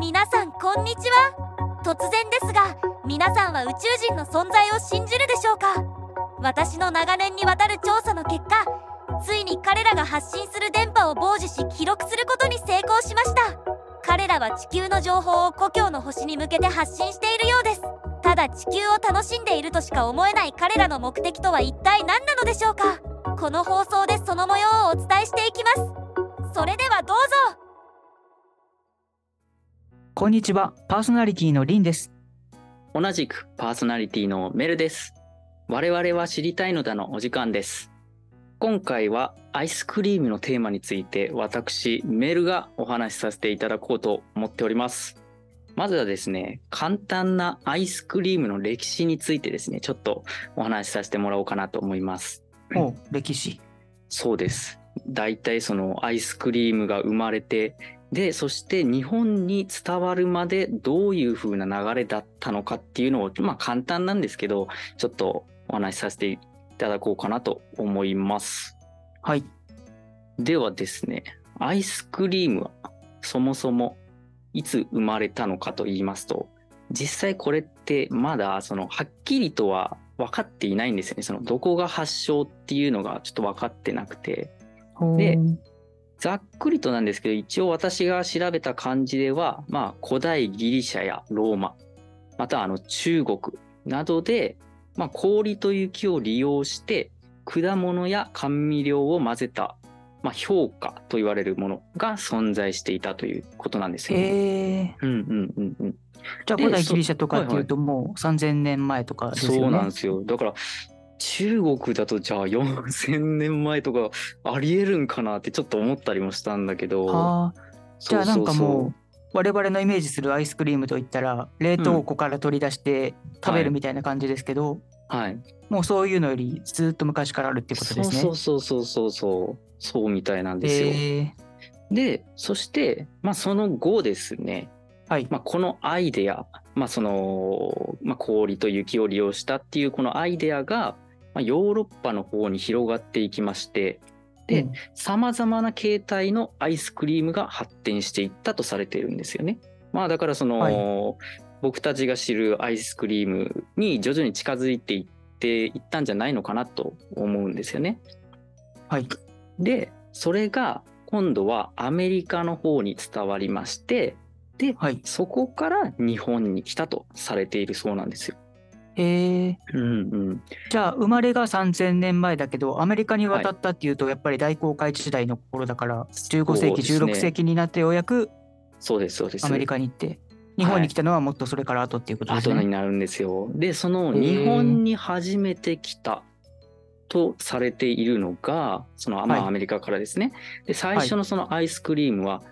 皆さんこんにちは突然ですが皆さんは宇宙人の存在を信じるでしょうか私の長年にわたる調査の結果ついに彼らが発信する電波を傍受し記録することに成功しました彼らは地球の情報を故郷の星に向けて発信しているようですただ地球を楽しんでいるとしか思えない彼らの目的とは一体何なのでしょうかこの放送でその模様をお伝えしていきますそれではどうぞこんにちは、パーソナリティのリンです。同じくパーソナリティのメルです。我々は知りたいのだのお時間です。今回はアイスクリームのテーマについて私メルがお話しさせていただこうと思っております。まずはですね、簡単なアイスクリームの歴史についてですね、ちょっとお話しさせてもらおうかなと思います。おう、歴史。そうです。大体そのアイスクリームが生まれて、で、そして日本に伝わるまでどういう風な流れだったのかっていうのを、まあ簡単なんですけど、ちょっとお話しさせていただこうかなと思います。はい。ではですね、アイスクリームはそもそもいつ生まれたのかと言いますと、実際これってまだそのはっきりとは分かっていないんですよね。そのどこが発祥っていうのがちょっと分かってなくて。でざっくりとなんですけど、一応私が調べた感じでは、まあ、古代ギリシャやローマ、またあの中国などで、まあ、氷と雪を利用して、果物や甘味料を混ぜた、まあ、評価と言われるものが存在していたということなんですよね。えー、うんうんうんうん。じゃあで古代そギリシャとかっていうともう3000年前とかですよね。。そうなんですすよ。だから、中国だとじゃあ4000年前とかありえるんかなってちょっと思ったりもしたんだけど。はあ、じゃあなんかそうそうそうもう我々のイメージするアイスクリームといったら冷凍庫から取り出して食べるみたいな感じですけど、はい。もうそういうのよりずっと昔からあるっていうことですね。そうそうそうそうそうそうみたいなんですよ。えでそして、まあ、その後ですね、ー、はい。まあ、このアイデア、まあそのまあ、氷と雪を利用したっていうこのアイデアが、まあ、ヨーロッパの方に広がっていきましてうでんさまざまな形態のアイスクリームが発展していったとされているんですよね。まあ、だからその、はい僕たちが知るアイスクリームに徐々に近づいていっていったんじゃないのかなと思うんですよね。はい。でそれが今度はアメリカの方に伝わりましてはい。そこから日本に来たとされているそうなんですよ。えー、うんうん、じゃあ生まれが3000年前だけどアメリカに渡ったっていうとやっぱり大航海時代の頃だから15世紀、そ16うですね世紀になってようやくそうですそうです。アメリカに行って日本に来たのはもっとそれから後っていうことです後ね。になるんですよ。でそのへー日本に初めて来たとされているのがその、まはいあ、アメリカからですね。で最初のそのアイスクリームは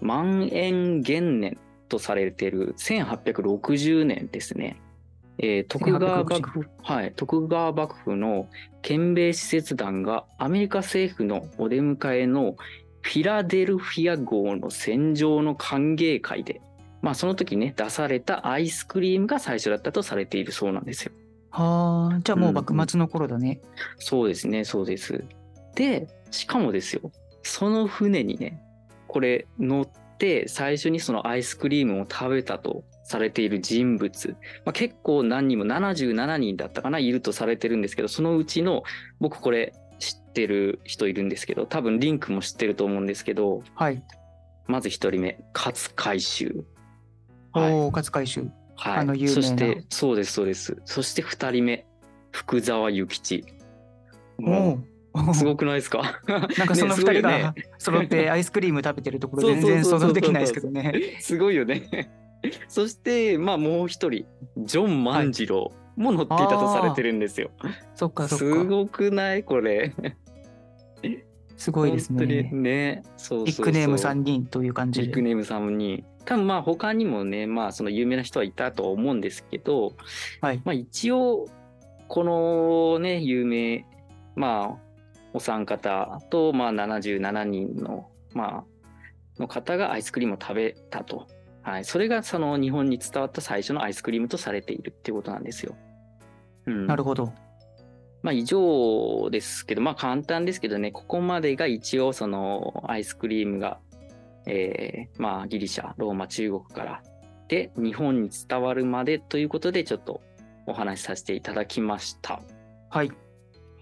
万延元年とされている1860年ですね。えー徳川幕府、はい、徳川幕府の憲米使節団がアメリカ政府のお出迎えのフィラデルフィア号の戦場の歓迎会で、まあ、その時ね出されたアイスクリームが最初だったとされているそうなんですよ。はあじゃあもう幕末の頃だね。そうですね、そうです。で、しかもですよ、その船にね、これ乗って最初にそのアイスクリームを食べたとされている人物、まあ、結構何人も77人だったかな、いるとされてるんですけど、そのうちの僕これ知ってる人いるんですけど、多分リンクも知ってると思うんですけど、はい。まず1人目、勝海舟。はいおお勝海舟。はい、あの有名なそしてそうですそうですそして2人目福沢諭吉おもお うすごくないですかなんかその二ねすごい人よねが揃ってアイスクリーム食べてるところそう全そうそう然想像そうできないですけどね。すごいよね。そして、まあ、もう一人、ジョン万次郎も乗っていたとされてるんですよ。そっかそっすかごくないこれ。すごいです本ね当。にね。そうビそッうそグうネーム三人という感じビッでグ。ネームさんに。多分まあ他にもね、まあその有名な人はいたとは思うんですけど、はい。まあ一応、このね、有名、まあお三方と、まあ77人の、まあ、の方がアイスクリームを食べたと。はい。それがその日本に伝わった最初のアイスクリームとされているっていうことなんですよ。うん。なるほど。まあ以上ですけど、まあ簡単ですけどね、ここまでが一応そのアイスクリームがえーまあ、ギリシャローマ中国からで日本に伝わるまでということでちょっとお話しさせていただきました。はい。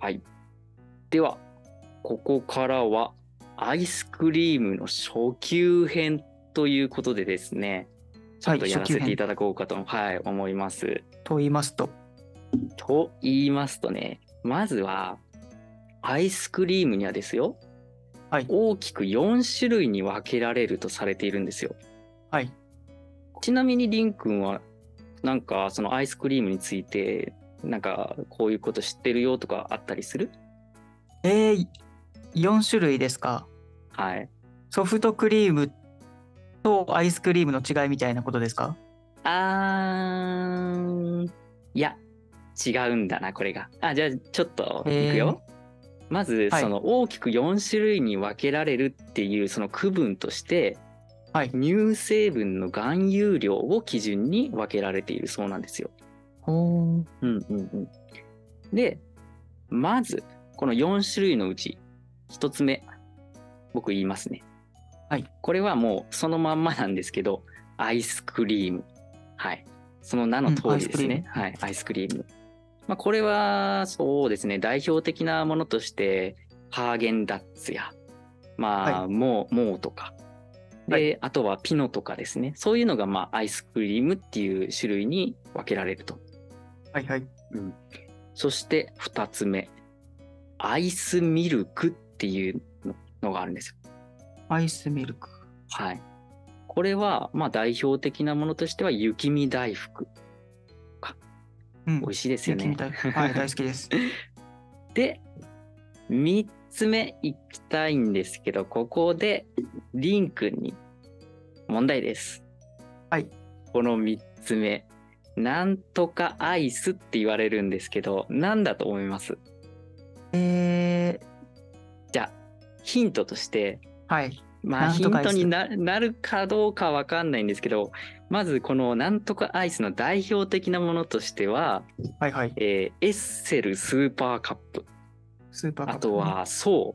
はい、ではここからはアイスクリームの初級編ということでですねちょはっいとやらせていただこうかと、はい、思います。と言いますと、と言いますとねまずはアイスクリームにはですよ、はい大きく4種類に分けられるとされているんですよはい。ちなみにりんくんはなんかそのアイスクリームについてなんかこういうこと知ってるよとかあったりするえー、4種類ですか。はいソフトクリームとアイスクリームの違いみたいなことですかあーんいや違うんだなこれがあじゃあちょっといくよ、まずはいその大きく4種類に分けられるっていうその区分として、はい。乳成分の含有量を基準に分けられているそうなんですよ。ほう。うんうんうん、でまずこの4種類のうち1つ目僕言いますね。はい、これはもうそのまんまなんですけどアイスクリーム。はい、その名の通りですね。はい、アイスクリーム。まあ、これはそうですね代表的なものとしてハーゲンダッツや、まあはもうもうとかで、はいあとはピノとかですねそういうのが、まあ、アイスクリームっていう種類に分けられるとはいはい。そして2つ目アイスミルクっていうのがあるんですよアイスミルク。はいこれは、まあ、代表的なものとしては雪見大福うん美味しいですよ雪みね たいはい、大好きです。で3つ目いきたいんですけどここでりんくんに問題ですはいこの3つ目なんとかアイスって言われるんですけど何だと思いますえー、じゃあヒントとしてはい。まあなんヒとンかアイトスにななるかどうかわかんないんですけどまずこのなんとかアイスの代表的なものとしては、はいはい。えーエッセルスーパーカップスーパーカッあプとね、はそ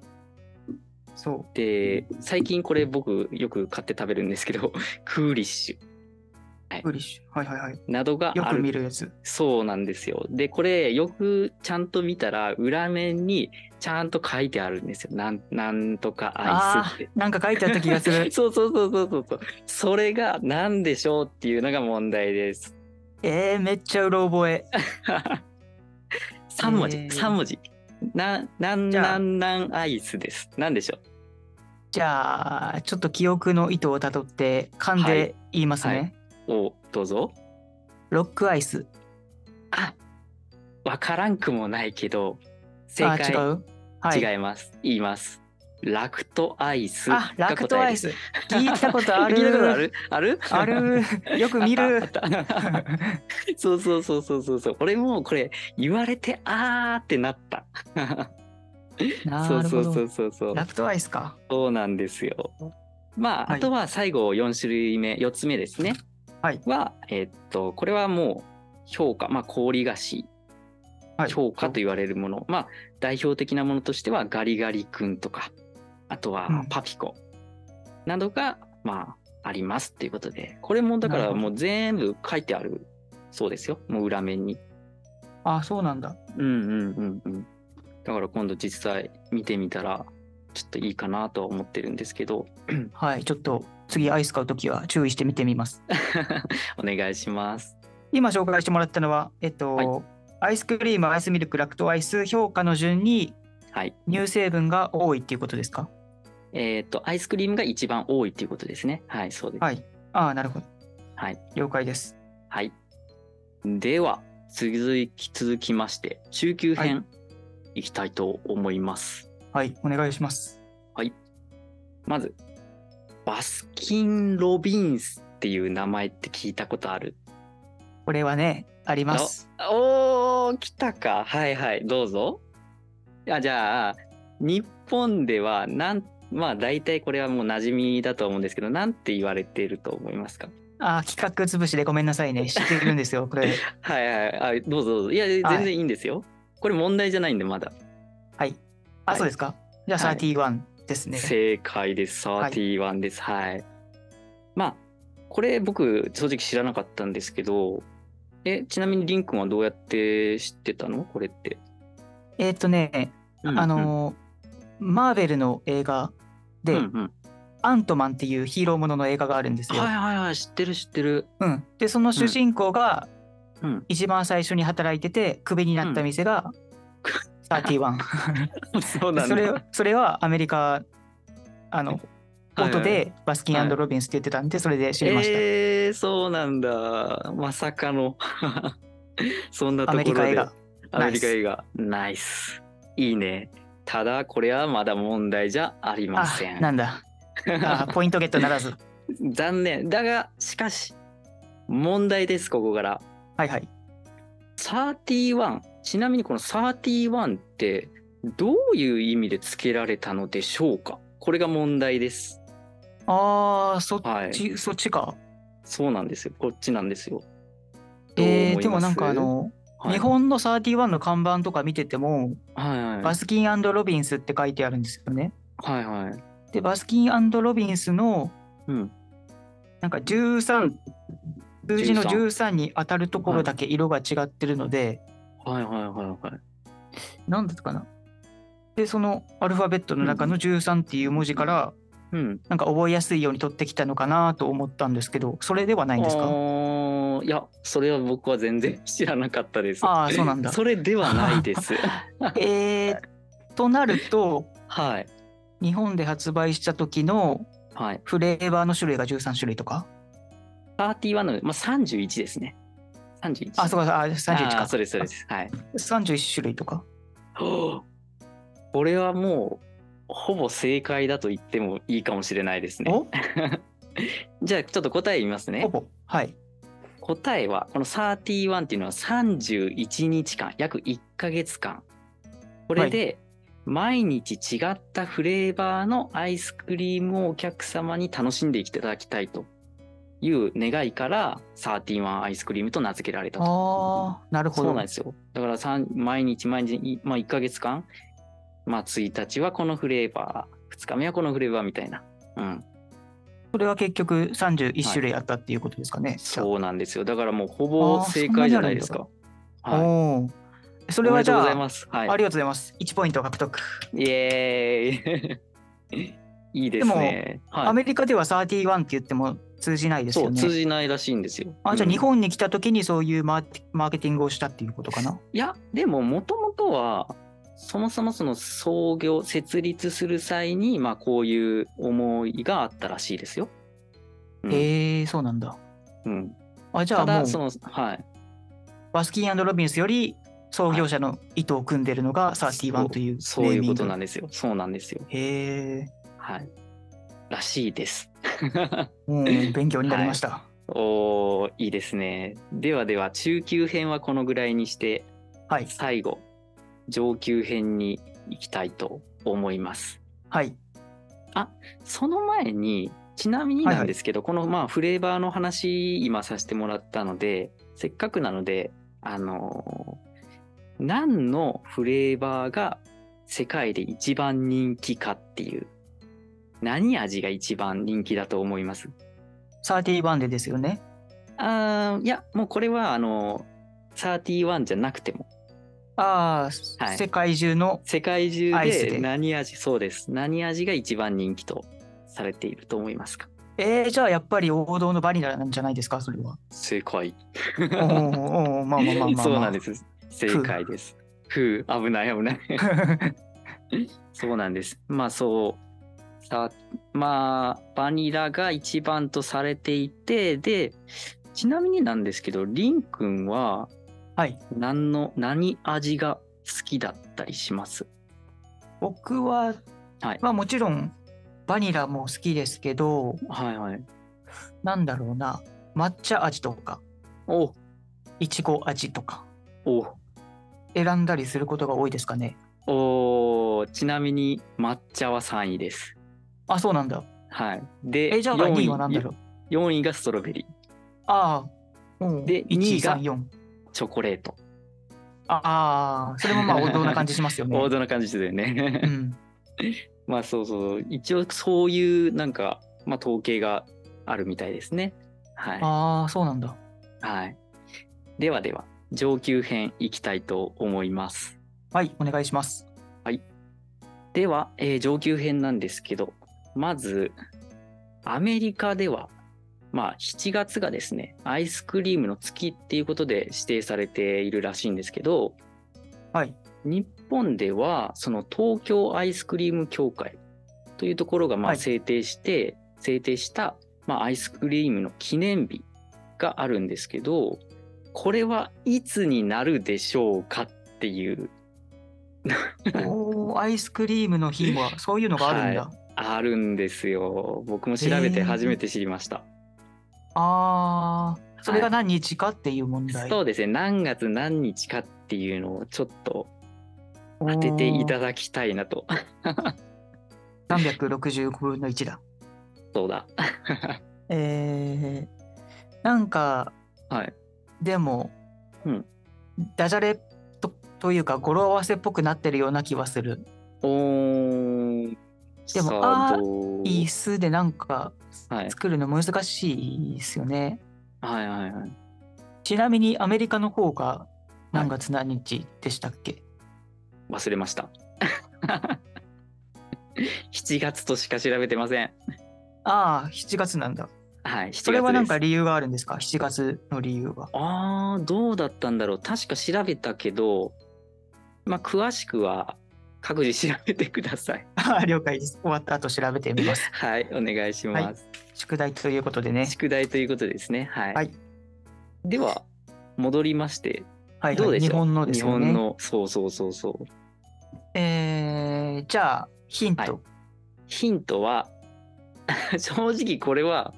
うそう。で最近これ僕よく買って食べるんですけど クーリッシブリッシュ。はいはいはい。ュなどがよあく見るるやつ。そうなんですよでこれよくちゃんと見たら裏面にちゃんと書いてあるんですよなんなんとかアイスあってーなんか書いてあった気がす る。そうそうそうそうそうそうそれが何でしょうっていうのが問題ですえー、めっちゃうろ覚え。 3文字、えー3文字ななんじゃなあんなんアイスです何でしょうじゃあ、ちょっと記憶の糸をたどって噛んで言いますね。はいおどうぞロックアイス。あわからんくもないけど正あ解ー、違うはい。違います。言います。ラクトアイスが答あえ、です。ラクトアイス。聞いたことある。聞いたことある あるある。よ く見 あるっ。たあった そうそうそうそうそうそう。俺もこれ言われてあーってなった。そなうるそほうそど。うそうそう。ラクトアイスか。そうなんですよ。まあ、はいあとは最後4種類目、4つ目ですね。はいえっと、これはもう評価、まあ、氷菓子、はい。評価と言われるもの、まあ、代表的なものとしては、ガリガリ君とか、あとうんはパピコなどが、まあ、ありますということで、これもだかなるらほどもう全部書いてあるそうですよ、もう裏面に。あ、そうなんだ。うんうんうんうん。だから今度実際見てみたら、ちょっといいかなとは思ってるんですけど、はい。ちょっと次アイス買うときは注意して見てみます。 お願いします。今紹介してもらったのは、えっはいと、アイスクリーム、アイスミルク、ラクトアイス、評価の順にはい。乳成分が多いっていうことですかえっ、と、アイスクリームが一番多いということですね。はい、そうです。はい。ああ、なるほど。はい。了解です。はい。では、続き、続きまして、中級編、いきたいと思います。はい。お願いします。まず、バスキン・ロビンスっていう名前って聞いたことあるこれはね、あります。おー、来たか。はいはい、どうぞ。あじゃあ、日本では、なん、まあ大体これはもう馴染みだと思うんですけど、なんて言われていると思いますかああ、企画潰しでごめんなさいね。知ってるんですよ、これ。はいはい、あどうぞどうぞ。いや、全然いいんですよ。これ問題じゃないんで、まだ。はい。あ、はいそうですか。じゃあ、はい31。ですね。正解です。はい31です。はい。まあ、これ僕、正直知らなかったんですけど、え、ちなみにリン君はどうやって知ってたのこれって。えっ、とね、あのマーベルの映画うんで、うん、うんうんアントマンっていうヒーローものの映画があるんですよ。はいはいはい、知ってる知ってる。うん、でその主人公がうん。一番最初に働いててクビになった店が31、 そ うでそれそれはアメリカあの音でバスキはいンロビンスって言ってたんでそれで知りました、えー、そうなんだ。まさかの。 そんなとアころメで。リカ映画。アメリカ映画。ナイス。いいね。ただ、これはまだ問題じゃありまあせん。なんだ あポイントゲットならず残念。だが、しかし、問題です、ここから。はいはい31。ちなみにこの31って、どういう意味で付けられたのでしょうかこれが問題です。あーそっはい。ち、そっちかそうなんですよ。こっちなんですよ。どう思いえまー、すでもなんかあ、の、はい日、本の31の看板とか見てても、はいはい、バスキンロビンスって書いてあるんですよねはいはい。でバスキンロビンスのうん。なんか13数字の13 13に当たるところだけ色が違ってるので、はいはいはいはい。なんだったかなでそのアルファベットの中の13っていう文字からうん。なんか覚えやすいように取ってきたのかなと思ったんですけどそれではないんですあかーいや、それは僕は全然知らなかったです。ああそうなんだそれではない です。えー、となるとはい。日本で発売した時のはい。フレーバーの種類が13種類とか31の、まあ、31ですね。31。あそうかあ31あーかそうです、そうです。はい。 31種類とかこれはもう、ほぼ正解だと言ってもいいかもしれないですね。おじゃあ、ちょっと答え言いますねほ。ぼはい答えは、この31っていうのは31日間、約1ヶ月間。これで、毎日違ったフレーバーのアイスクリームをお客様に楽しんでいただきたいという願いから、31アイスクリームと名付けられたと。ああなるほそうどなんですよ。だからさん毎日毎日、いまあ、1ヶ月間、まあ、1日はこのフレーバー、2日目はこのフレーバーみたいな。うん、それは結局31種類あったっていうことですかね、じゃあそうなんですよ。だからもうほあぼー正解じゃないですか。はい。おお。そそれはじゃあおめでとうございます。はありがとうございます。1ポイント獲得。い。イエーイ。 いいですね。アはい。メリカでは31って言っても通じないですそよう、ね。通じないらしいんですよ。あじゃあうん日本に来た時にそういうマーテマーケティングをしたっていうことかな。いや、でももともとは、そもそもその創業、設立する際に、まあこういう思いがあったらしいですよ。うんへえそうなんだ。うん。あじゃたあもだ、うその、はい。バスキンロビンスより創業者の意図を組んでるのが31というネそうそうーいうミンこグとなんですよ。そうなんですよ。へえ。はい。らしいです。 うん勉強になりました。おー、いいですね。ではでは、中級編はこのぐらいにして、はい最後、上級編に行きたいと思います。はいその前に、ちなみになんですけど、このまあフレーバーの話、今させてもらったので、せっかくなので、あのー何のフレーバーが世界で一番人気かっていう、何味が一番人気だと思います31でですよね。あーいや、もうこれは、あのー、31じゃなくても、ああ、はい世界中の世界中アイスでで何味、そうです。何味が一番人気とされていると思いますかえー、じゃあやっぱり王道のバニラなんじゃないですかそれは。正 解。おーおーまあまあまあまあ、まあ。 そうなんです。正解です。ふう、危ない危ない。そうなんです。まあそう。さまあ、バニラが一番とされていて、で、ちなみになんですけど、りんくんははい。何の、何味が好きだったりします僕は、はいまあもちろんバニラも好きですけど、はいはい。なんだろうな、抹茶味とか、おいちご味とか、お選んだりすることが多いですかね。おちなみに抹茶は3位です。あ、そうなんだ。はい。で、え、じゃあ四2位は何だろう。 4位がストロベリああ、うん、で1二位位が3、4。ー、チョコレート。 ああ、それもまあ王道な感じしますよね。王道な感じですよね。うん。 まあそうそう一応そういうなんか、まあ、統計があるみたいですね。はい、ああそうなんだはい、ではでは上級編いきたいと思います。はいお願いしますでは、えー上級編なんですけどまずアメリカでは、まあ、7月がですねアイスクリームの月っていうことで指定されているらしいんですけど はい日本ではその東京アイスクリーム協会というところがまはあい制定して、制定した、まあ、アイスクリームの記念日があるんですけどこれはいつになるでしょうかっていうおーアイスクリームの日 はそういうのがあるんだ、あるんですよ僕も調べて初めて知りました。ああそれが何日かっていう問題、そうですね何月何日かっていうのをちょっと当てていただきたいなと おー365分の1だそうだえー、なんかはいでも、うんダジャレとというか語呂合わせっぽくなってるような気はするおーでもさあーどういい数でなんかはい作るの難しいですよね、はいはいはいちなみにアメリカの方が何月何日でしたっけ、忘れました 7月としか調べてませんああ7月なんだはい7月ですそれはなんか理由があるんですか7月の理由は あーどうだったんだろう確か調べたけどまあ詳しくは各自調べてくださいあー了解です終わった後調べてみますはいお願いします、宿題ということでね宿題ということですねはい、はいでは戻りましてはい、どうはでい、しょう日本のですよ日本ねのそうそうそうそうえー、じゃあヒント、ヒントは 正直これは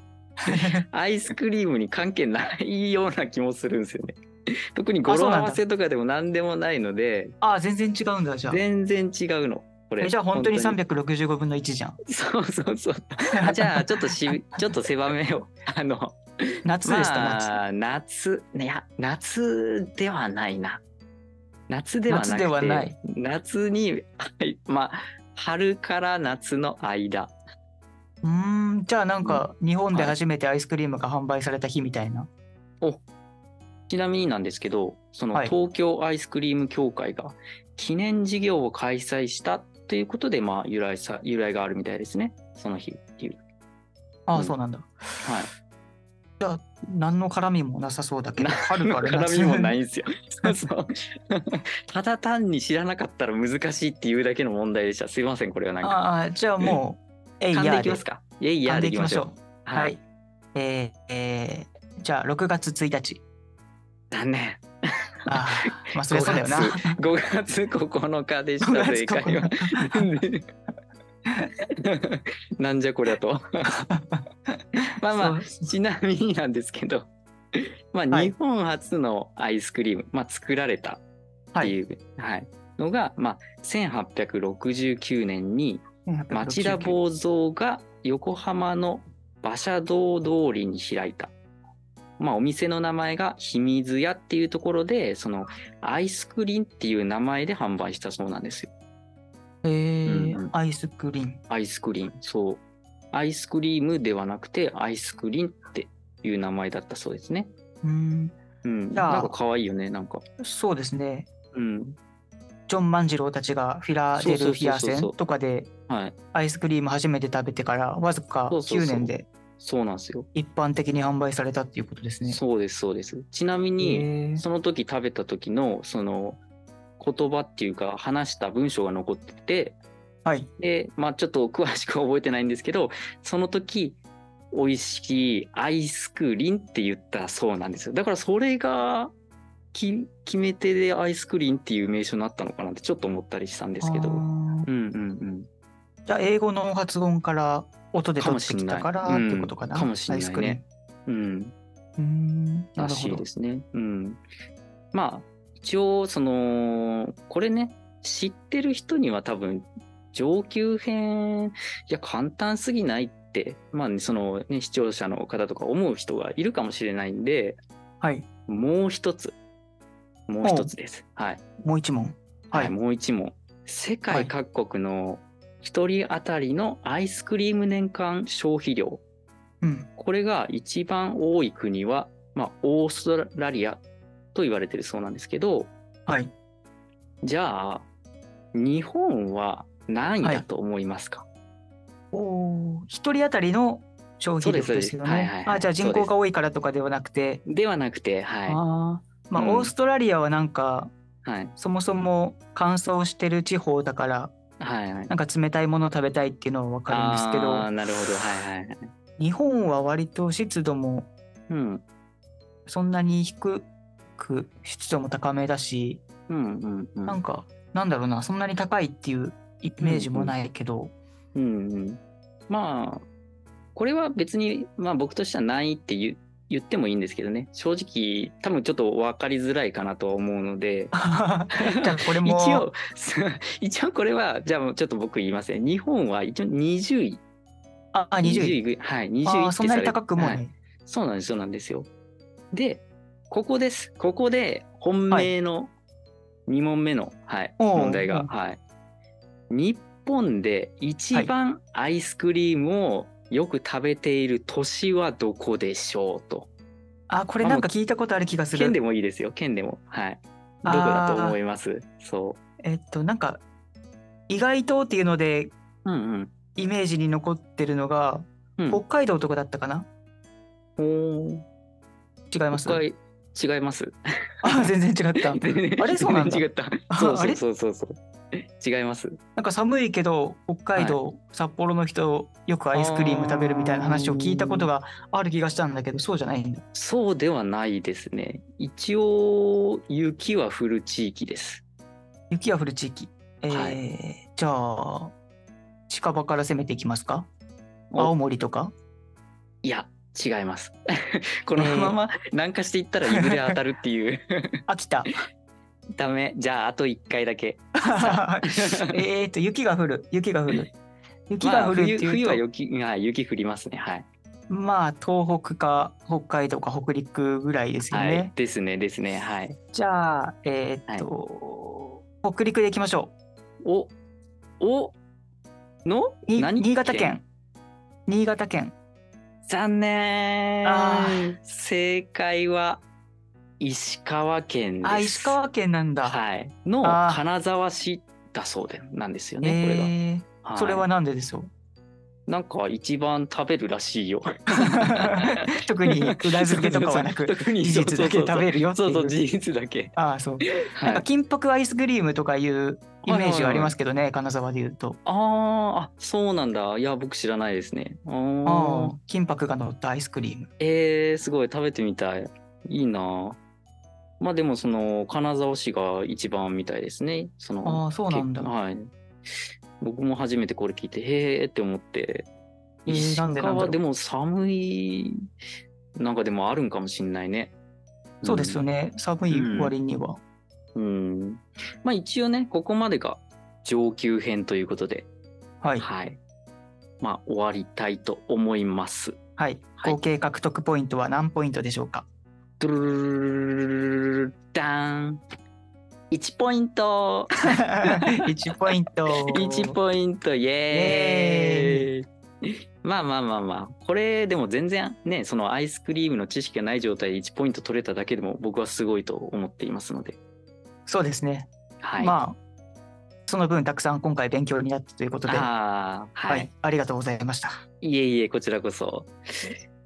アイスクリームに関係ないような気もするんですよね 特に語あそう呂なんだ合わせとかでも何でもないので ああ全然違うんだじゃあ全然違うのこれえじゃあ本当に本365分の1じゃん当にそうそうそうあじゃあちょっとしちょっと狭めをあの 夏でした、まあ、夏いや夏ではないな夏ではなくて夏ではない夏にはいまあ春から夏の間夏うーんじゃあなんか日本で初めてアイスクリームが販売された日みたいな、ちなみになんですけどそのはい東京アイスクリーム協会が記念事業を開催したということで、まあ、由来さ由来があるみたいですねその日っていうあうあんそうなんだ、はい何の絡みもなさそうだ けど春から絡夏みもないんですよそうそう ただ単に知らなかったら難しいっていうだけの問題でしたすいませんこれはなんかああじゃあもうえい 噛んでやいきますかかいやいや噛んでいいききままししょょううははいい、えーえーじゃあ6月1日残念あーまあそりゃそうだよな5月9日でし5た月正解はなんじゃこりゃとまあまあそうちなみになんですけどまあはい日本初のアイスクリーム、まあ、作られたっはていいう、はいのが、まあ、1869年に町田坊坊蔵が横浜の馬車道通りに開いた、まあ、お店の名前が秘密屋っていうところでそのアイスクリーンっていう名前で販売したそうなんですよえーうんうんアイスクリームアイスクリーンそうアイスクリームではなくてアイスクリーンっていう名前だったそうですねうーんうんじゃあなんか可愛いよねなんかそうですねうんジョン万次郎たちがフィラデルフィアそうそう戦そうそうとかではいアイスクリーム初めて食べてからわずかそうそうそう9年でそうなんですよ一般的に販売されたっていうことですね。そうですそうですちなみに、えーその時食べた時のその言葉っていうか話した文章が残っててはい。でまあちょっと詳しくは覚えてないんですけどその時美味しいアイスクリンって言ったそうなんですよだからそれがき決め手でアイスクリンっていう名称になったのかなってちょっと思ったりしたんですけどあうんーうんうんじゃあ英語の発音から音で取ってきたからかもしんないってことかな。うんかもしんないねアイスクリームうんうーんならるほしいどで。すねうんまあ一応そのこれね知ってる人には多分上級編いや簡単すぎないってまあね、そのね視聴者の方とか思う人がいるかもしれないんではい。もう一つもう一つですはい、もう一問。ははいいもう一問世界各国の1人当たりのアイスクリーム年間消費量うん。これが一番多い国は、まあ、オーストラリアと言われてるそうなんですけどはい。じゃあ日本は何位だと思いますか、おお、一人当たりの消費力そうでですすよそうですはいねは。いはいあ、じゃあ人口が多いからとかではなくて、ではなくてはああ、まあ、うんオーストラリアはなんかいはいそもそも乾燥してる地方だから、はいはいなんか冷たいもの食べたいっていうのはわかるんですけあーど、なるほどはいはいはい日本は割と湿度もうんそんなに低く湿度も高めだし、うんうんうんなんかなんだろうな、そんなに高いっていうイメージもないけど、うんうん、まあこれは別に、まあ、僕としてはないって言う言ってもいいんですけどね正直多分ちょっと分かりづらいかなとは思うので じゃあこれ一も応 一応これはじゃあもうちょっと僕言いますね日本は一応20位ああ20位。ぐはい20位あってーそんなにされ高くもはないい。そうなんですそうなんですよでここですここで本命の2問目の、はいおう問題おが、うはい、日本で一番アイスクリームをよく食べている都市はどこでしょうとあ、これあなんか聞いたことある気がする。県でもいいですよ県でもはいどあこーだと思いますそえっと、なんか、意外とっていうので、ううんイメージに残ってるのが、うんうん北海道とかだったかなおー違います北海違いますあ、 全然違った。あれ そうなんだ全然違ったあそうあそれうそうそうそう違いますなんか寒いけど、北海道、札幌の人、よくアイスクリーム食べるみたいな話を聞いたことがある気がしたんだけど、そうじゃないんだ。そうではないですね。一応、雪は降る地域です。雪が降る地域。えーはじゃあ、近場から攻めていきますか青森とかいや、違います。 このまま南下していったらいずれ当たるっていう。 秋田。ダメ。じゃあ、あと1回だけ。 えーと、雪が降る、雪が降る。雪が降るっていうと、まあ、冬冬は雪はい雪降りますね。はい。まあ東北か北海道か北陸ぐらいですよはね。い、ですね、ですね。はい。じゃあえーっと、北陸でいきましょお、お、のう。に何新潟県。新潟県。残念あ正解は、石川県です。あ石川県なんだ。はい、のあー金沢市だそうでなんですよえね、これが。ーいそれはなんででしょう。なんか一番食べるらし いよ。特に裏付けとかは なく。特に事実だけ食べるよってそいううそうそうそう事実だけ。ああそう。はいなんか金箔アイスクリームとかいうイメージがありますけどね、金沢で言うと。あーあそうなんだ。いや僕知らないですね。あーああ金箔が乗ったアイスクリーム。えー、すごい食べてみたい。いいな。まあでもその金沢市が一番みたいですね。そのああそうなんだ。はい。僕も初めてこれ聞いて、へえって思って。えー石なんでなんだろう川でも寒い、なんかでもあるんかもしんないね。そうですよね。ね、寒い割には。うん。まあ一応ね、ここまでが上級編ということで、はい。はい。まあ終わりたいと思います。はい、はい合計獲得ポイントは何ポイントでしょう か。ドゥルルルルルルダン。1ポイント1ポイント。 1ポイントイエーイまあまあまあまあこれでも全然ねそのアイスクリームの知識がない状態で1ポイント取れただけでも僕はすごいと思っていますのでそうですね。はい、まあその分たくさん今回勉強になったということで、はあーい、はい、ありがとうございました。いえいえこちらこそ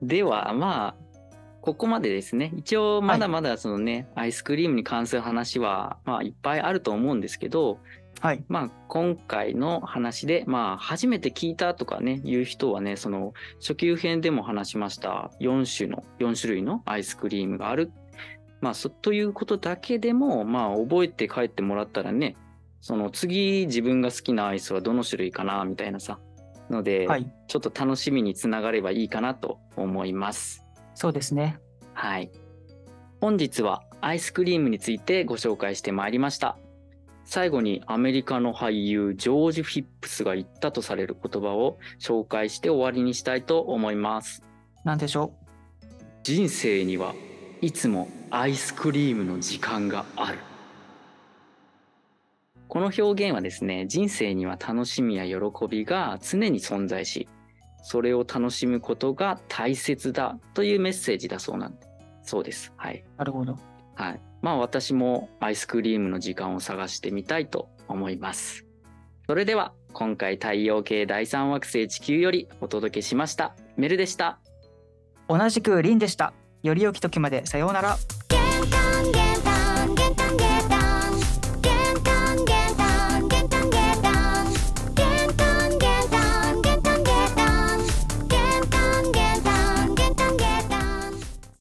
ではまあここまでですね一応まだまだそのね、アイスクリームに関する話は、まあ、いっぱいあると思うんですけど、はい、まあ、今回の話で、まあ、初めて聞いたとかね、いう人はね、その初級編でも話しました、4種の、4種類のアイスクリームがある。まあ、そということだけでも、まあ、覚えて帰ってもらったらね、その次自分が好きなアイスはどの種類かな、みたいなさ。ので、はい、ちょっと楽しみにつながればいいかなと思います。そうですね。はい。本日はアイスクリームについてご紹介してまいりました。最後にアメリカの俳優ジョージ・フィップスが言ったとされる言葉を紹介して終わりにしたいと思います。なんでしょ人生にはいつもアイスクリームの時間がある。この表現はですね人生には楽しみや喜びが常に存在しそれを楽しむことが大切だというメッセージだそうなんでそうですはいなるほど。はいまあ私もアイスクリームの時間を探してみたいと思いますそれでは今回太陽系第三惑星地球よりお届けしましたメルでした同じくリンでした。より良き時までさようなら。玄関ゲ